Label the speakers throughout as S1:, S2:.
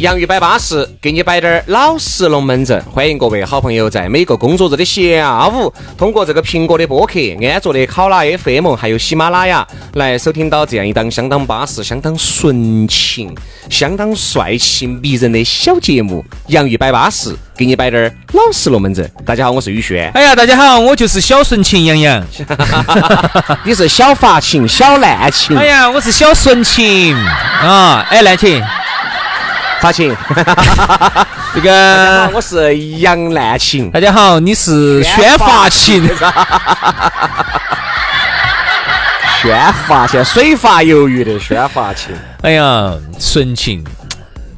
S1: 洋芋摆巴适，给你摆点儿老实龙门阵。欢迎各位好朋友在每个工作日的下午，啊通过这个苹果的播客、安卓的考拉 FM，还有喜马拉雅来收听到这样一档相当巴适、相当纯情、相当帅气迷人的小节目《洋芋摆巴适》，给你摆点儿老实龙门阵。大家好，我是宇 轩，
S2: 哎呀，大家好，我就是小纯情杨洋。
S1: 你是小发情、小滥情、
S2: 哎呀，我是小纯情啊！哎，兰琴，
S1: 发 情。
S2: 这
S1: 大家好
S2: 个
S1: 我是杨滥情。
S2: 大家好，你是宣发情，
S1: 宣发现水发鱿鱼的宣发 情，
S2: 哎呀，纯情，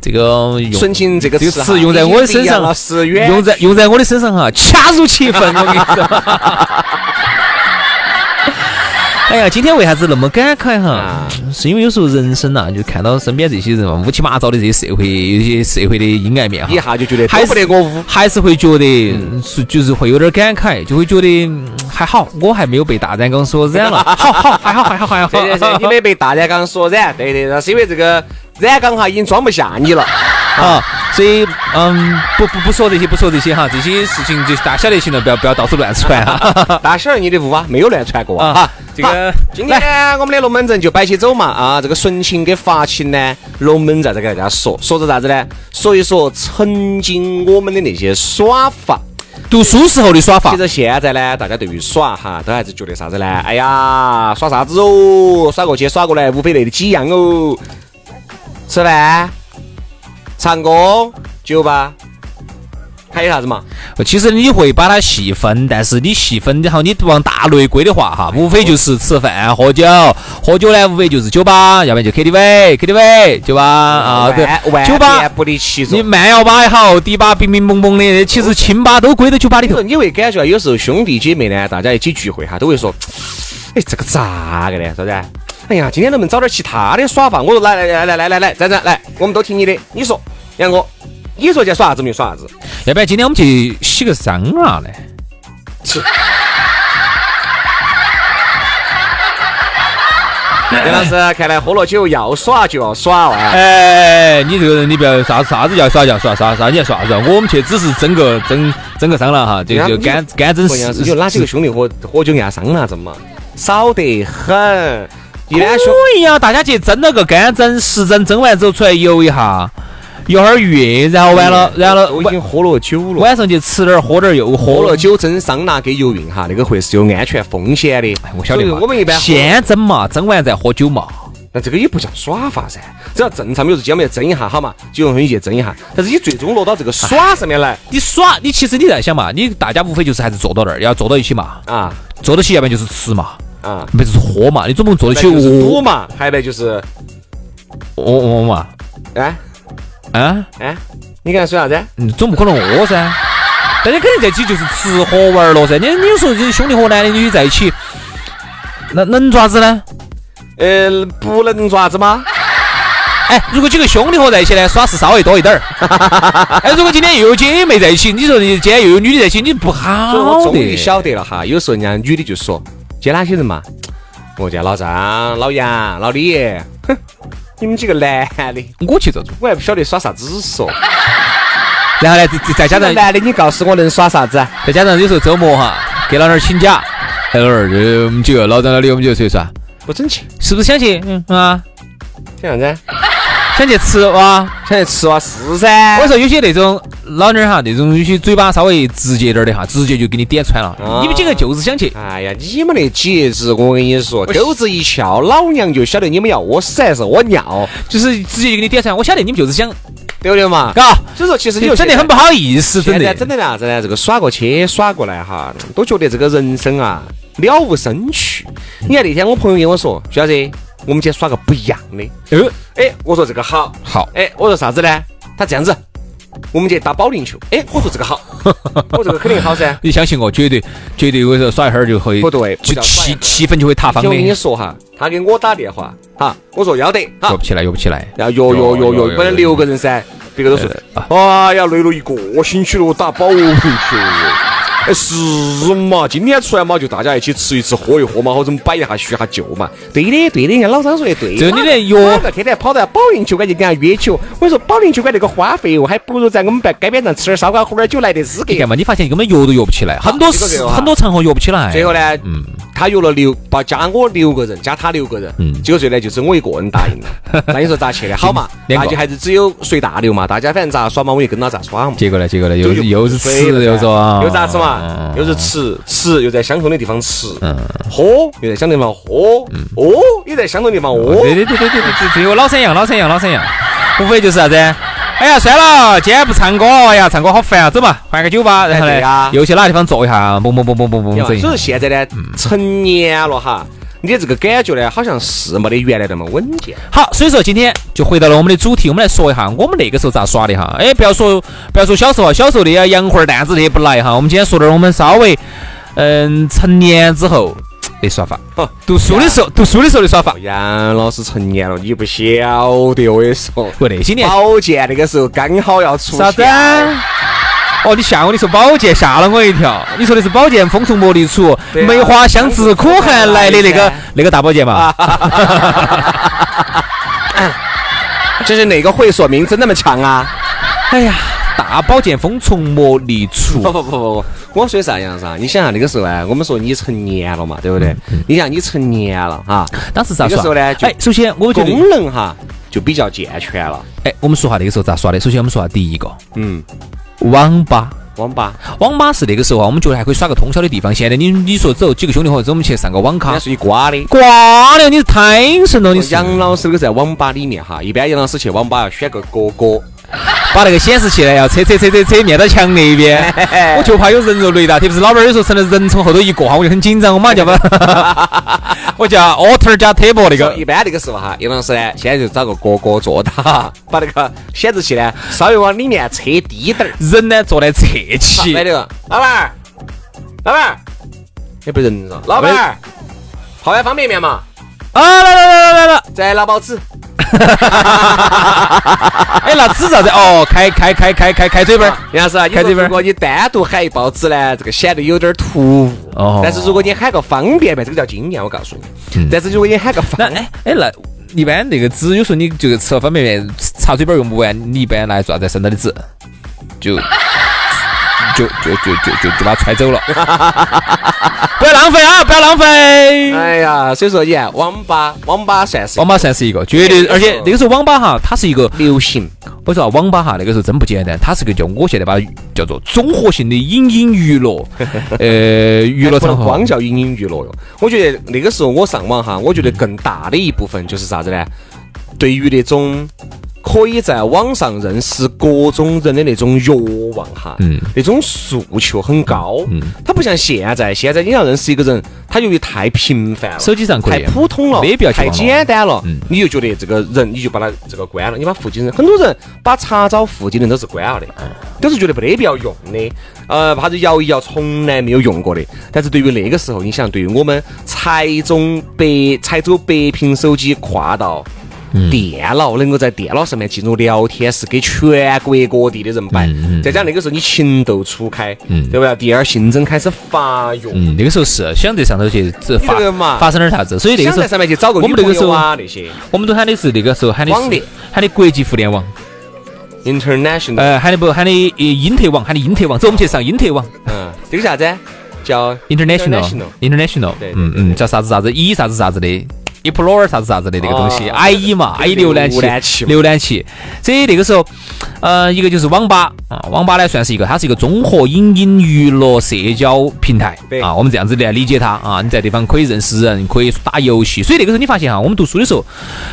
S2: 这个用
S1: 纯情这个
S2: 这个
S1: 词哈
S2: 词用在我的
S1: 已经不
S2: 身
S1: 一样
S2: 上
S1: 了是远
S2: 用在用在我的身上哈，啊恰如其分，我跟你说。 哎呀，今天为啥子那么感慨哈
S1: 啊？
S2: 是因为有时候人生呐、就看到身边这些人嘛，啊乌七八糟的这些社会，有些社会的阴暗面哈
S1: 一。下就觉得
S2: 还
S1: 还
S2: 是
S1: 不得我污。
S2: 还是会觉得嗯是就是会有点感慨，就会觉得嗯还好，我还没有被大染缸所 染了，好好还好还好还好。
S1: 对对对，你没被大染缸所染，对对，那是因为这个染缸哈已经装不下你 了。
S2: 啊，所以嗯，不不不说这些，不说这些哈，这些事情就大家晓得行了，不要不要到处乱传 啊。
S1: 大仙儿，你的屋啊没有乱传过啊。
S2: 啊
S1: 哈
S2: 这个
S1: 好今天呢，我们的龙门阵就摆起走嘛啊，这个纯情跟发情呢，龙门阵再给大家说，说着啥子呢？说一说曾经我们的那些耍法。
S2: 读书时候的耍法
S1: 其，实现在呢，大家对于耍哈，都还是觉得啥子呢？哎呀，耍啥子哦？耍过去耍过来，无非那几样哦。吃饭、唱歌、酒吧，还有啥子嘛？
S2: 其实你会把它细分，但是你细分然后你往大类归的话哈，无非就是吃饭、喝酒，喝酒呢无非就是酒吧，要不然就 KTV，KTV 酒吧啊，对
S1: 万万，
S2: 酒吧
S1: 变不离其
S2: 你
S1: 宗。
S2: 慢摇吧也好，迪吧冰冰嘣嘣的，其实清吧都归到酒吧里
S1: 你
S2: 头
S1: 说。你会感觉到有时候兄弟姐妹呢，大家一起聚会哈，都会说，哎，这个咋个呢？啥子啊？哎呀，今天能不能找点其他的耍法？我说来来来来来来来，站站来，我们都听你的，你说，杨哥，你说去耍啥子没有耍啥子？
S2: 要不然今天我们去洗个桑拿嘞？
S1: 杨老师，看来喝了酒要耍就要耍哦啊！
S2: 哎，你这个人，你不要啥啥子要耍要耍啥啥你要耍啥子？我们去只是整个整整个桑拿哈，就
S1: 对啊
S2: 就
S1: 你
S2: 干干整
S1: 不一样，你就哪几个兄弟喝喝酒压伤那阵嘛，少得很。一
S2: 可
S1: 般兄
S2: 以呀，大家去蒸了个干蒸、十蒸，蒸完之后出来游一下，游会儿浴，然后完了，然后了
S1: 哎我已经喝了酒了，
S2: 晚上去吃点儿喝点儿又
S1: 喝
S2: 喝
S1: 了。酒蒸桑拿跟游泳哈，那个会是有安全风险的。
S2: 哎我晓得
S1: 所以
S2: 嘛，
S1: 我们一般喝
S2: 先蒸嘛，蒸完再喝酒嘛。
S1: 那这个也不叫耍法噻，只要正常，比如说今天我们去蒸一下，好嘛，就用你去蒸一下。但是你最终落到这个耍上面来
S2: 你耍，你其实你在想嘛，你大家无非就是还是坐到那儿，要坐到一起嘛，
S1: 啊
S2: 坐到起，要不然就是吃嘛，
S1: 啊，
S2: 要不然就是喝嘛，你总不能坐
S1: 那
S2: 到起哦
S1: 就是赌
S2: 我
S1: 嘛，还有呢就是
S2: 我我哦嘛，
S1: 哎
S2: 啊，
S1: 哎，你刚才说啥子？
S2: 你总不可能我噻。大家肯定在一起就是吃喝玩乐噻，你你有时候这兄弟伙男的女的在一起，那能爪子呢？
S1: 呃，不能抓子吗？
S2: 哎，如果几个兄弟伙在一起呢，耍是稍微多一点儿。 哎，如果今天又有姐妹在一起，你说你今天又有女的在一起，你不
S1: 所以我
S2: 好
S1: 终于
S2: 的。
S1: 晓得了哈，有时候人家女的就说，接哪些人嘛？我见老张、老杨、老李，哼，你们几个男的，
S2: 我去这种，
S1: 我还不晓得耍啥子说。
S2: 然后呢，再再加上
S1: 男的，你告诉我能耍啥子？啊
S2: 再加上有时候周末哈，给老娘儿请假，哎老二这我们几个老张老李我们几个出去耍，
S1: 不整齐，
S2: 是不是想去？嗯啊，
S1: 想啥子？啊
S2: 想去吃哇？
S1: 想去吃哇？是噻。
S2: 我说有些那种老娘儿哈，那种有些嘴巴稍微直接点儿的哈，直接就给你点穿了。
S1: 啊
S2: 你们几个就是想去，
S1: 哎呀，你们那节日，我跟你说，
S2: 我
S1: 钩子一翘，老娘就晓得你们要屙屎还是屙尿，
S2: 就是直接就给你点穿。我晓得你们就是想，
S1: 对不对嘛？
S2: 嘎，
S1: 所以说，其实
S2: 就
S1: 有
S2: 真的很不
S1: 好。
S2: 好意思，真
S1: 现在
S2: 的。
S1: 真的啥子呢？这个耍过去耍过来哈，都觉得这个人生啊了无生趣。你看那天我朋友跟我说，徐老师，我们今天耍个不一样的。
S2: 呃，
S1: 哎，我说这个好，
S2: 好，
S1: 哎，我说啥子呢？他他这样子，我们去打保龄球。哎，我说这个 好，我这个肯定好噻。
S2: 你相信我，绝对绝对，我跟你说耍一会儿就会
S1: 不对不
S2: 就
S1: 叫耍一
S2: 气
S1: 会儿
S2: 气氛就会塌方
S1: 就我跟你
S2: 的，
S1: 说哈，他给我打电话，哈，我说要得，
S2: 约
S1: 哈
S2: 不，起来，约不起来。
S1: 然后约约约
S2: 哟
S1: 约，本来六个人噻，别个都说，哎呀，累了一个星期了，打保龄球。哎，是嘛？今天出来嘛，就大家一起吃一吃，喝一喝嘛，或者摆一下叙一下旧嘛。对的，对的，人家老张说的对。
S2: 这你连约
S1: 哪个天天跑到保龄球馆去跟人家约球？我跟你说，保龄球馆那个花费哦，还不如在我们办街边上吃点烧烤，喝点酒来得资格
S2: 你。看嘛，你发现根本约都约不起来，很多
S1: 这个
S2: 事
S1: 这个啊
S2: 很多场合约不起来。
S1: 最后呢，他约了六，把加我六个人，加他六个人，结果最后呢，就只有我一个人答应 了。那你说咋去呢？好嘛，
S2: 两
S1: 那
S2: 个
S1: 就还是只有随大流嘛，大家反正咋耍嘛，我就跟到咋耍嘛。
S2: 结果呢？结果呢？又
S1: 就是
S2: 又是吃
S1: 水了噻
S2: 又说啊，
S1: 又咋吃嘛？又是吃吃，又在相同的地方吃，喝又在相同地方喝，哦又在相同地方哦。
S2: 对对对对对对对，这个老三样，老三样，老三样，无非就是啥子？哎呀，算了，今天不唱歌，哎呀，唱歌好烦啊，走嘛，换个酒吧，然后
S1: 哎对呀
S2: 呢，又去哪个地方坐一下，嘣嘣嘣嘣嘣嘣
S1: 所以
S2: 整
S1: 说。现在呢，成年了哈，你的这个感觉呢，好像是没得原来那么稳健。
S2: 好，所以说今天就回到了我们的主题，我们来说一下我们那个时候咋耍的哈。哎，不要说不要说小时候啊，小时候的呀，洋花蛋子那些不来哈。我们今天说点儿我们稍微嗯成年之后的耍法
S1: 哦，
S2: 读书的时候，读书的时候的耍法。
S1: 杨哎老师成年了，你不晓得，我哦跟你说。
S2: 不，那些年
S1: 保健那个时候刚好要出
S2: 啥子啊
S1: 钱？
S2: 哦，你吓我！你说宝剑吓了我一跳。你说的是宝剑风从磨砺出，
S1: 对啊啊
S2: 梅花香自苦寒来的那
S1: 来
S2: 个
S1: 噻
S2: 那个大宝剑
S1: 啊
S2: 嘛？
S1: 就是哪个会所名字那么长啊？
S2: 哎呀，大宝剑风从磨砺
S1: 不
S2: 出，
S1: 不不不不，我说啥样子啊？你想想那个时候啊，我们说你成年了嘛，对不对？你想你成年了哈，
S2: 当时咋
S1: 那个时
S2: 耍
S1: 候呢？就
S2: 哎，首先我觉得，
S1: 功能哈就比较健全了。
S2: 哎，我们说下那个时候咋耍的。首先我们说下第一个
S1: 嗯，
S2: 网吧。
S1: 网吧，
S2: 网吧是那个时候啊，我们觉得还可以耍个通宵的地方。现在你你说走几个兄弟伙子，我们去上个网
S1: 人
S2: 咖
S1: 家，是你瓜的。
S2: 挂了，你是胎神了，你是
S1: 杨老师那个在网吧里面哈，一般杨老师去网吧要选个哥哥，
S2: 把那个显示器呢要扯扯扯扯扯面到墙那边，我就怕有人肉雷达，特别是老板儿有时候成了人从后头一过哈，我就很紧张，我马上就要把， 我叫 alter 加 table 那个
S1: 一般那个时候哈，杨老师呢现在就找个哥哥坐他，把那个显示器呢稍微往里面扯低 点儿。
S2: 人呢坐在侧起
S1: 啊来，这个老板儿，老板儿，也不是人了，老板儿，泡碗方便面嘛，
S2: 啊来来来来来来，
S1: 再拿包纸，
S2: 哎那纸咋子？哦，开开开开开开嘴巴儿，
S1: 杨老师，
S2: 开
S1: 啊你
S2: 这
S1: 说
S2: 边
S1: 如果你单独喊一包纸呢，这个显得有点儿突兀。
S2: 哦嗯
S1: 但是如果你喊个方便面，这个叫经验，我告诉你。但是如果你喊个
S2: 那
S1: 方，
S2: 哎哎那。一般那个纸，有时候你就是吃了方便面，擦嘴巴儿用不完，你一般拿来做啥子？剩到的纸，就就就就就就就把它揣走了， 不要浪费啊！不要浪费。
S1: 哎呀，所以说你看，网吧，网吧算是
S2: 网吧算是一个绝对，而且那个时候网吧哈，它是一个，
S1: 流行，
S2: 我说啊网吧哈，那个时候真不简单，它是个叫我现在把它叫做综合性的影音娱 乐，呃，娱乐
S1: 哎不
S2: 场
S1: 能
S2: 合
S1: 光。叫影音娱乐哟。我觉得那个时候我上网哈，我觉得更大的一部分就是啥子呢？对于那种可以在网上认识各种人的那种欲望哈，
S2: 嗯
S1: 那种诉求很高。嗯，它不像现在，现在你要认识一个人，他由于太频繁了，
S2: 手机上可
S1: 太
S2: 以
S1: 普通了，
S2: 没必要去
S1: 太
S2: 网络
S1: 简单
S2: 嗯
S1: 了，你就觉得这个人，你就把他这个关了。你把附近人，很多人把查找附近人都是关了的，
S2: 嗯
S1: 都是觉得没得必要用的。呃，怕是摇一摇，从来没有用过的。但是对于那个时候，你想，对于我们才中百才走百屏手机跨到。
S2: 嗯
S1: 电脑能够在电脑上面进入聊天室，给全国各地的人摆。
S2: 嗯
S1: 再加上那个时候你情窦初开，对不对？第二性征开始发育，
S2: 嗯，那个时候是想在上头去这发
S1: 你这个嘛
S2: 发生点啥子，所以那个
S1: 想
S2: 时
S1: 在
S2: 候
S1: 上面去找个
S2: 我
S1: 女
S2: 们那
S1: 朋
S2: 个时
S1: 友
S2: 候
S1: 啊那些。
S2: 我们都喊的是那个时候喊的
S1: 网
S2: 是
S1: 恋
S2: 喊的国际互联网，
S1: International，
S2: 呃，喊的不喊的呃英特网，喊的英特网，走，我们去上英特网
S1: 嗯，这个啥子？叫
S2: international international，
S1: 对对
S2: 嗯嗯，叫啥子啥子 E 啥子啥子的。Explorer 啥子啥子的那个东西
S1: 哦
S2: ，I E 嘛
S1: 对
S2: ，I 浏览器，
S1: 浏览器嘛
S2: 浏览器。所以那个时候，呃，一个就是网吧啊，网吧呢算是一个，它是一个综合影音娱乐社交平台
S1: 对
S2: 啊，我们这样子来理解它啊，你在地方可以认识人，可以打游戏。所以那个时候你发现哈，我们读书的时候，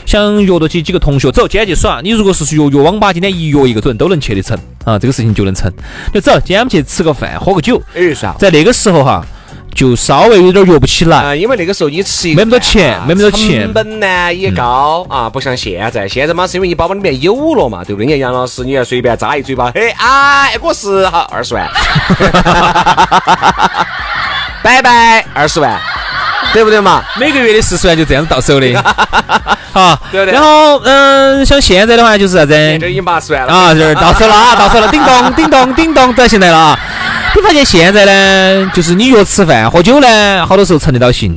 S2: 想约到起几个同学，走，今天去耍。你如果是约约网吧，今天一约一个准都能去得成啊，这个事情就能成。就走，今天我们去吃个饭，喝个酒，
S1: 哎，啥？
S2: 在那个时候哈，就稍微有点儿约不起来。
S1: 啊，因为那个时候你吃一
S2: 没那么多钱
S1: 啊
S2: 没那么多钱嗯
S1: 成本呢也高啊，不像现在，现在嘛是因为你包包里面有了嘛，对不对？你看杨老师，你要随便扎一嘴巴，嘿， 哎，我是好二十万，拜拜二十万，对不对嘛？
S2: 每个月的四十万就这样子到 手的，啊，
S1: 对不对
S2: 然后嗯，像现在的话就是啥子？
S1: 这已经八十万了
S2: 嗯啊，就是到手了啊，到手了，叮 咚叮咚叮咚，到现在了啊！你发现现在呢，就是你约吃饭喝酒呢，好多时候成得到行；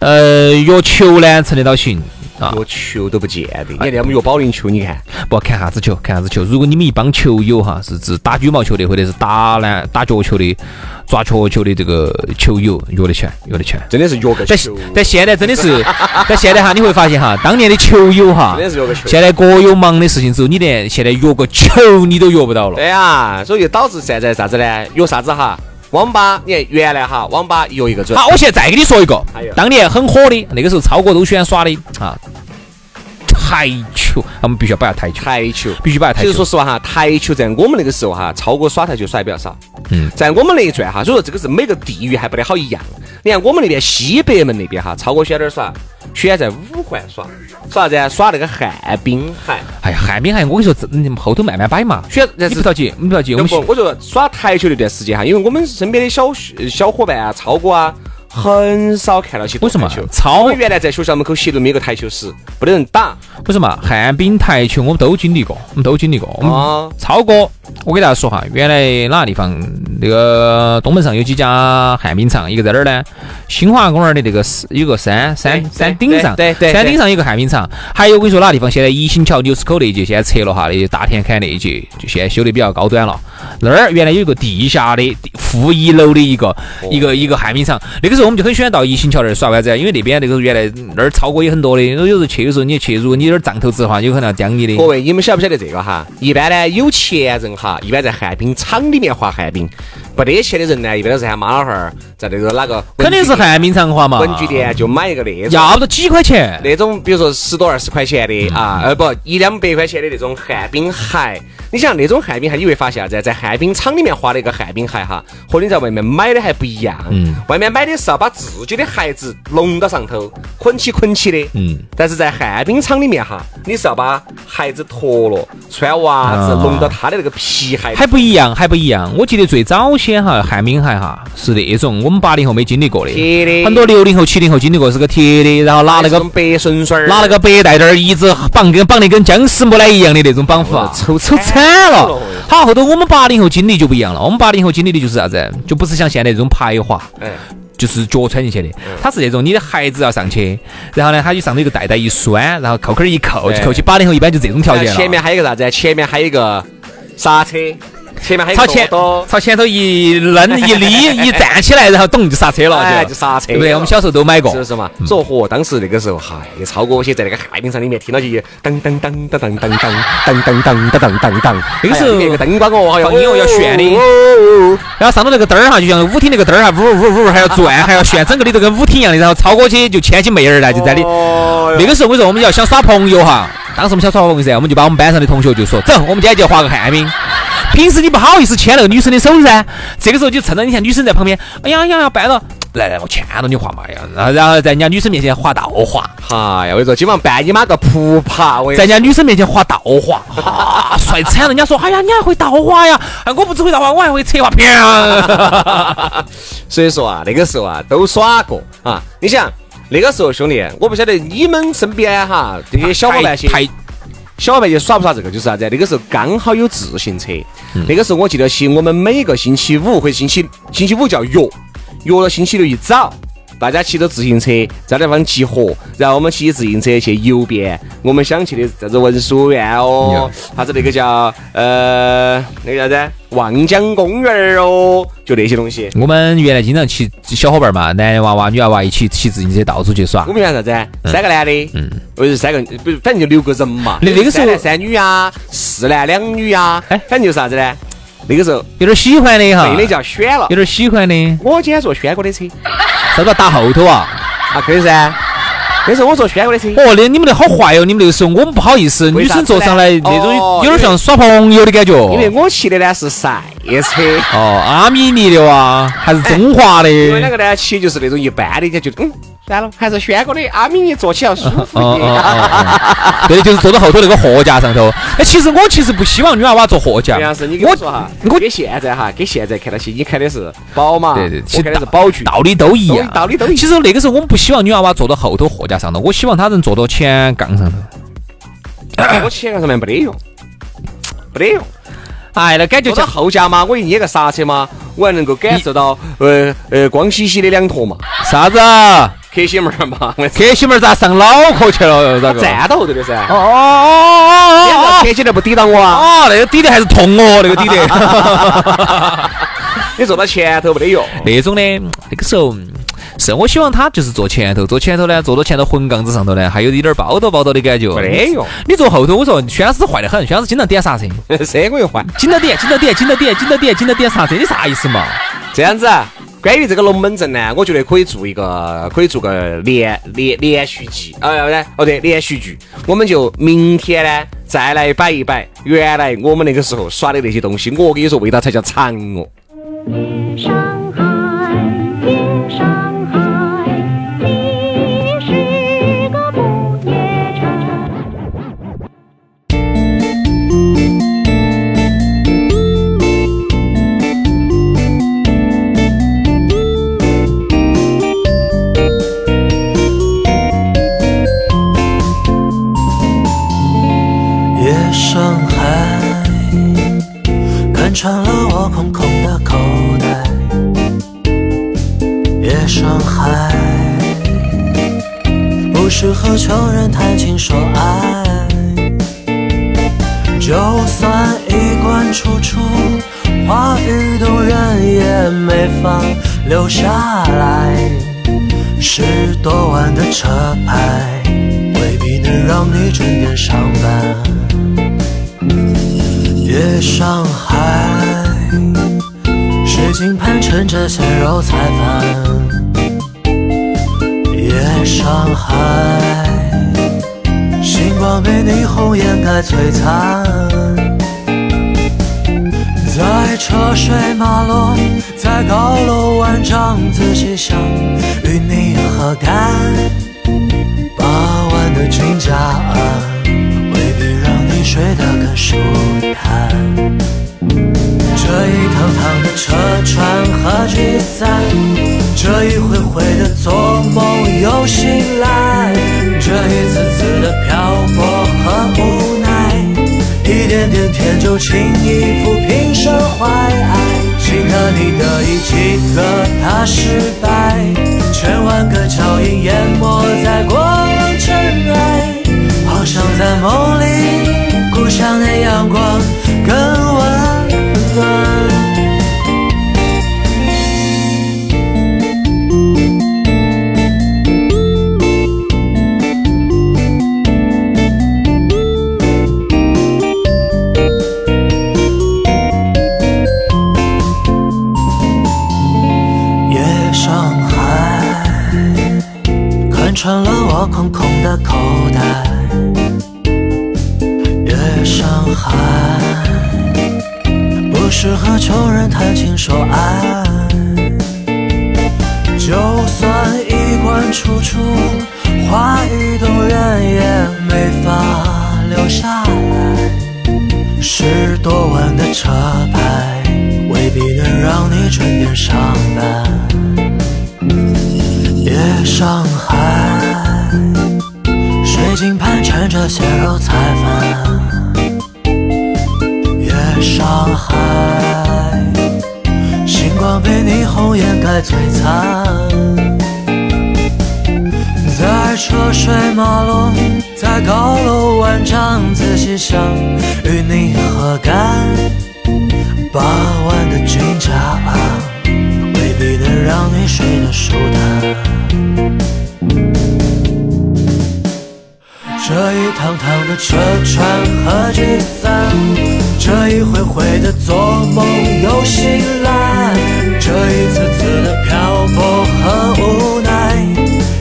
S2: 呃，约球呢，成得到行啊。
S1: 我球都不见得，你看我们约保龄球，你看
S2: 不看啥子球，看啥子球。如果你们一帮球友哈，是指打羽毛球的，或者是打篮、打脚球的、抓脚球的这个球友，约得起来，约得起来。
S1: 真的是 约个
S2: 但
S1: 球，
S2: 但现在真的是，但现在哈，你会发现哈，当年的球友哈
S1: 真的是约个球，
S2: 现在各有忙的事情之后，你连现在约个球你都约不到了。
S1: 对啊，所以就导致现在啥子呢？约啥子哈？网吧，你看原来哈，网吧约一个准，
S2: 好，我现在再给你说一个
S1: 哎呦，
S2: 当年很火的，那个时候超哥都喜欢耍的啊，台球，啊我们必须要摆下台球，
S1: 台球。
S2: 必须摆下
S1: 其
S2: 台
S1: 实说
S2: 球。
S1: 实话哈，台球在我们那个时候哈，超哥耍台球耍的比较少。
S2: 嗯，
S1: 在我们那一转哈，所以说这个是每个地域还不得好一样。你看我们那边西北门那边哈，超哥喜欢哪儿耍？喜欢在五环耍，耍啥子啊？耍那个旱冰寒。
S2: 哎呀，旱冰还，我跟你说，这你们后头慢慢摆嘛。
S1: 选但
S2: 你
S1: 是
S2: 不着急，你不着急，我
S1: 要
S2: 们
S1: 不，我就耍台球那段时间哈，因为我们身边的小小伙伴啊，超哥啊。很少看到起
S2: 为什么
S1: 打台球
S2: 超
S1: 我们原来在学校门口斜对面有个台球室，没得人打，
S2: 为什么旱冰、台球我们都经历过，我们都经历过。我
S1: 啊
S2: 们超哥，我给大家说哈，原来哪个地方那个东门上有几家旱冰场，一个在哪儿呢？新华公园的那个是有个山山
S1: 对
S2: 山
S1: 对
S2: 顶上，
S1: 对对对
S2: 山顶上有个旱冰场。还有我跟你说哪个地方，现在宜兴桥牛市口那一节现在拆了哈，那大田坎那一节就现在修的比较高端了。那儿原来有一个地下的地负一楼的一个、
S1: 哦
S2: 一个一个旱冰场，那个时候我们就很喜欢到宜兴桥那儿耍，为啥子啊？因为那边那个原来那儿超哥也很多的，有时候去有时候你去，如果你有点账头子的话，有可能要将你的
S1: 各。位，你们晓不晓得这个哈？一般呢，有钱人哈，一般在旱冰场里面滑旱冰；没得钱的人呢，一般都是喊妈老汉儿在那个哪个文具
S2: 肯定是
S1: 店
S2: 旱冰场花嘛，
S1: 文具店就买一个那种
S2: 要不到几块钱。
S1: 那种，比如说十多二十块钱
S2: 嗯
S1: 的啊，呃不一两百块钱的那种旱冰鞋。你想那种旱冰鞋，你会发现啥子？啊在旱冰场里面滑的一个旱冰鞋哈，和你在外面买的还不一样。
S2: 嗯
S1: 外面买的是要把自己的鞋子弄到上头，捆起捆起的。
S2: 嗯
S1: 但是在旱冰场里面哈，你是要把鞋子脱了，穿袜子，
S2: 啊
S1: 弄到他的那个皮鞋。
S2: 还不一样，还不一样。我记得最早先哈，旱冰鞋哈是那种我们八零后没经历过的，
S1: 铁的，哎
S2: 很多六零后、七零后经历过是个铁的，然后拿那个
S1: 白绳绳儿，
S2: 拿那个白带带儿，一直绑跟绑得跟僵尸木乃伊一样的那种绑法，
S1: 抽
S2: 抽
S1: 惨了
S2: 惨了。好，后头我们八零后经历就不一样了，我们八零后经历的就是啥子，就不是像现在这种排滑。
S1: 哎，
S2: 就是脚穿进去的，它是那种你的鞋子要上去，然后呢，它就上头一个带带一拴，然后扣扣儿一扣
S1: 对
S2: 就扣起。八零后一般就这种条件了。
S1: 前面还有一个啥子？啊前面还有一个刹车，前面还有
S2: 朝
S1: 个
S2: 前
S1: 舵，
S2: 朝前头一扔一立一站起来，然后咚就刹车了，
S1: 哎，
S2: 就
S1: 就刹车，
S2: 对不对？我们小时候都买过
S1: 是。不是嘛？说嚯，当时那个时候，嗨，超哥些在那个旱冰场里面听到就噔噔噔噔噔噔噔噔噔噔噔噔噔，
S2: 那个时候
S1: 哎呀里面有个灯光哦，哎呀
S2: 放音乐要炫的
S1: 哦哦哦
S2: 然后上头那个灯儿哈，就像舞厅那个灯儿哈，呜呜呜还要转，还要旋，整个里头跟舞厅一样的。然后超过去就牵起妹儿来，就在里。
S1: 哦
S2: 那个时候我跟你说，我们要想耍朋友哈，当时我们想耍朋友噻，我们就把我们班上的同学就说，走，我们今天就滑个旱冰。平时你不好意思牵那个女生的手噻，这个时候就趁着你看女生在旁边，哎呀哎呀，绊了，来来，我牵着你滑嘛，哎呀，然后然后在人家女生面前滑倒滑，
S1: 嗨呀，我跟你说，今晚半你妈个扑爬，我跟你
S2: 在
S1: 说
S2: 人家女生面前滑倒滑，啊，帅惨了！人家说，哎呀，你还会倒滑呀？哎，我不只会倒滑，我还会侧滑，啊啪！
S1: 所以说啊，那个时候啊，都耍过啊。你想那个时候，兄弟，我不晓得你们身边哈这些小伙伴些，
S2: 太
S1: 小伙伴些耍不耍这个，就是啥、子？那个时候刚好有自行车，那个时候我记得起，我们每个星期五或者星期星期五叫约，约了星期六一早。大家骑着自行车在那地方集合，然后我们骑自行车去游遍我们想去的啥子文殊院哦，啥子那个叫呃那个叫啥子望江公园儿哦，就那些东西。
S2: 我们原来经常骑小伙伴嘛，男娃娃、女娃娃一起骑自行车到处去耍
S1: 我。们想啥子？三个男的，嗯，或者是三个，不是，反正就六个人嘛。
S2: 那那个时候
S1: 三男三女啊，四男两女啊，
S2: 哎
S1: 哎，反正就是啥子呢？那个时候
S2: 有点喜欢的哈
S1: 妹，妹就要选了
S2: 有。点喜欢的，
S1: 我今天坐轩哥的车，
S2: 啥子打后头啊？
S1: 啊，可以噻。那时候我坐轩哥的车，
S2: 哦，那你们那好坏哟！你们那个时候我们不好意思，
S1: 为
S2: 女
S1: 啥子
S2: 生坐上来
S1: 呢
S2: 那种
S1: 哦
S2: 有点像耍朋友的感觉。
S1: 因为我骑的呢是赛车。
S2: 哦，阿米尼的哇，还是中华的，
S1: 另外两个呢，其实就是那种一般的，人家觉得嗯，算了，还是轩哥的阿米尼坐起要舒服一
S2: 哦哦
S1: 点。
S2: 哦哦，对，就是坐到后头那个货架上头。哎，其实我其实不希望女娃娃坐货架
S1: 杨老师，你跟
S2: 我
S1: 我说哈，
S2: 我
S1: 跟现在哈，跟现在看到起，你开的是宝马，
S2: 对对，其
S1: 我
S2: 实
S1: 开的是
S2: 道
S1: 宝骏，
S2: 道理都一样，
S1: 道理道理都一样
S2: 其实那个时候我们不希望女娃娃坐到后头货架上头，我希望她能坐到前杠上头。
S1: 我前上面没得用，没得用。
S2: 哎，那感觉
S1: 坐到
S2: 就
S1: 后架嘛，我一捏个刹车嘛，我还能够感受到呃呃光兮兮的两坨嘛，
S2: 啥子？
S1: 克西门儿嘛，我
S2: 克西门咋上脑壳去了？ 咋个？
S1: 站到后头的噻。
S2: 哦哦哦
S1: 两个
S2: 哦哦
S1: 天起来不抵挡我啊！
S2: 哦，那个底的还是痛哦，那个底的。
S1: 你坐到前头没得用，
S2: 那种呢，那个时候嗯是我希望他就是坐前头，坐前头呢，坐到前头混杠子上头呢，还有一点儿抱到抱到的感觉。
S1: 没得用。
S2: 你坐后头，我说轩老师坏得很，轩老师经常点刹车，
S1: 这我又换。
S2: 紧到点，紧到点，紧到点，紧到点，紧到点刹车，你啥意思嘛？
S1: 这样子啊，关于这个龙门阵呢，我觉得可以做一个，可以做个连连连续剧，呃，要不然哦对，连续剧，我们就明天呢再来摆一摆原来我们那个时候耍的那些东西。我跟你说，味道才叫长哦。
S3: 夜上海，夜上海，你是个不夜城。
S4: 夜上海，看穿了我空空的口袋。夜上海，不适合穷人谈情说爱。就算衣冠楚楚，话语动人也没法留下来。十多万的车牌，未必能让你准点上班。夜上海，水晶盘盛着鲜肉菜饭。夜上海，星光被霓虹掩盖璀璨。在车水马龙，在高楼万丈，仔细想与你何干？傍晚的啊君家岸，未必让你睡得更舒坦。这一趟趟的车船和聚散，这一回回的做梦又醒来，这一次次的漂泊和无奈。一点点甜酒，情意抚平身怀爱。心和你的一起和他失败，千万个脚印淹没在过往尘埃。好想在梦里，故乡的阳光更温暖。夜上海，看穿了我空空的口袋。夜上海，不适合穷人谈情说爱。就算衣冠楚楚，话语动人也没法留下来。十多万的车牌，未必能让你准点上班。夜上海，水晶盘盛着鲜肉菜饭。夜上海，星光被霓虹掩盖璀璨。在车水马龙，在高楼万丈，仔细想与你何干？傍晚的君家啊，未必能让你睡得舒坦。这一趟趟的车船和聚散，这一回回的做梦又醒来，这一次次的漂泊和无奈，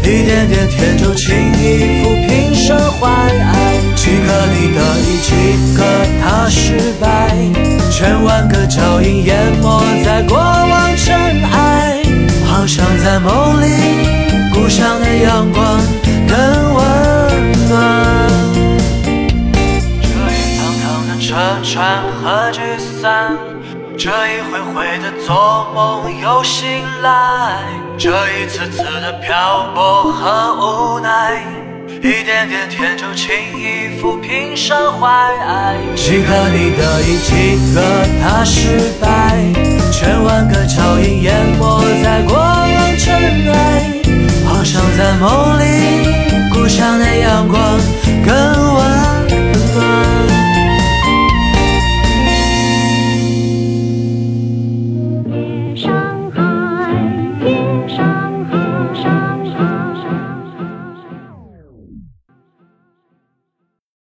S4: 一点点甜酒情意抚平身怀爱，几个你的一，几个他失败，千万个脚印淹没在过往尘埃，好像在梦里，故乡的阳光更温暖。这一趟趟的车船和聚散，这一回回的做梦又醒来，这一次次的漂泊和无奈，一点点天就轻易抚平伤怀。几个你得意，几个他失败，千万个脚印淹没在过往尘埃，好像在梦里。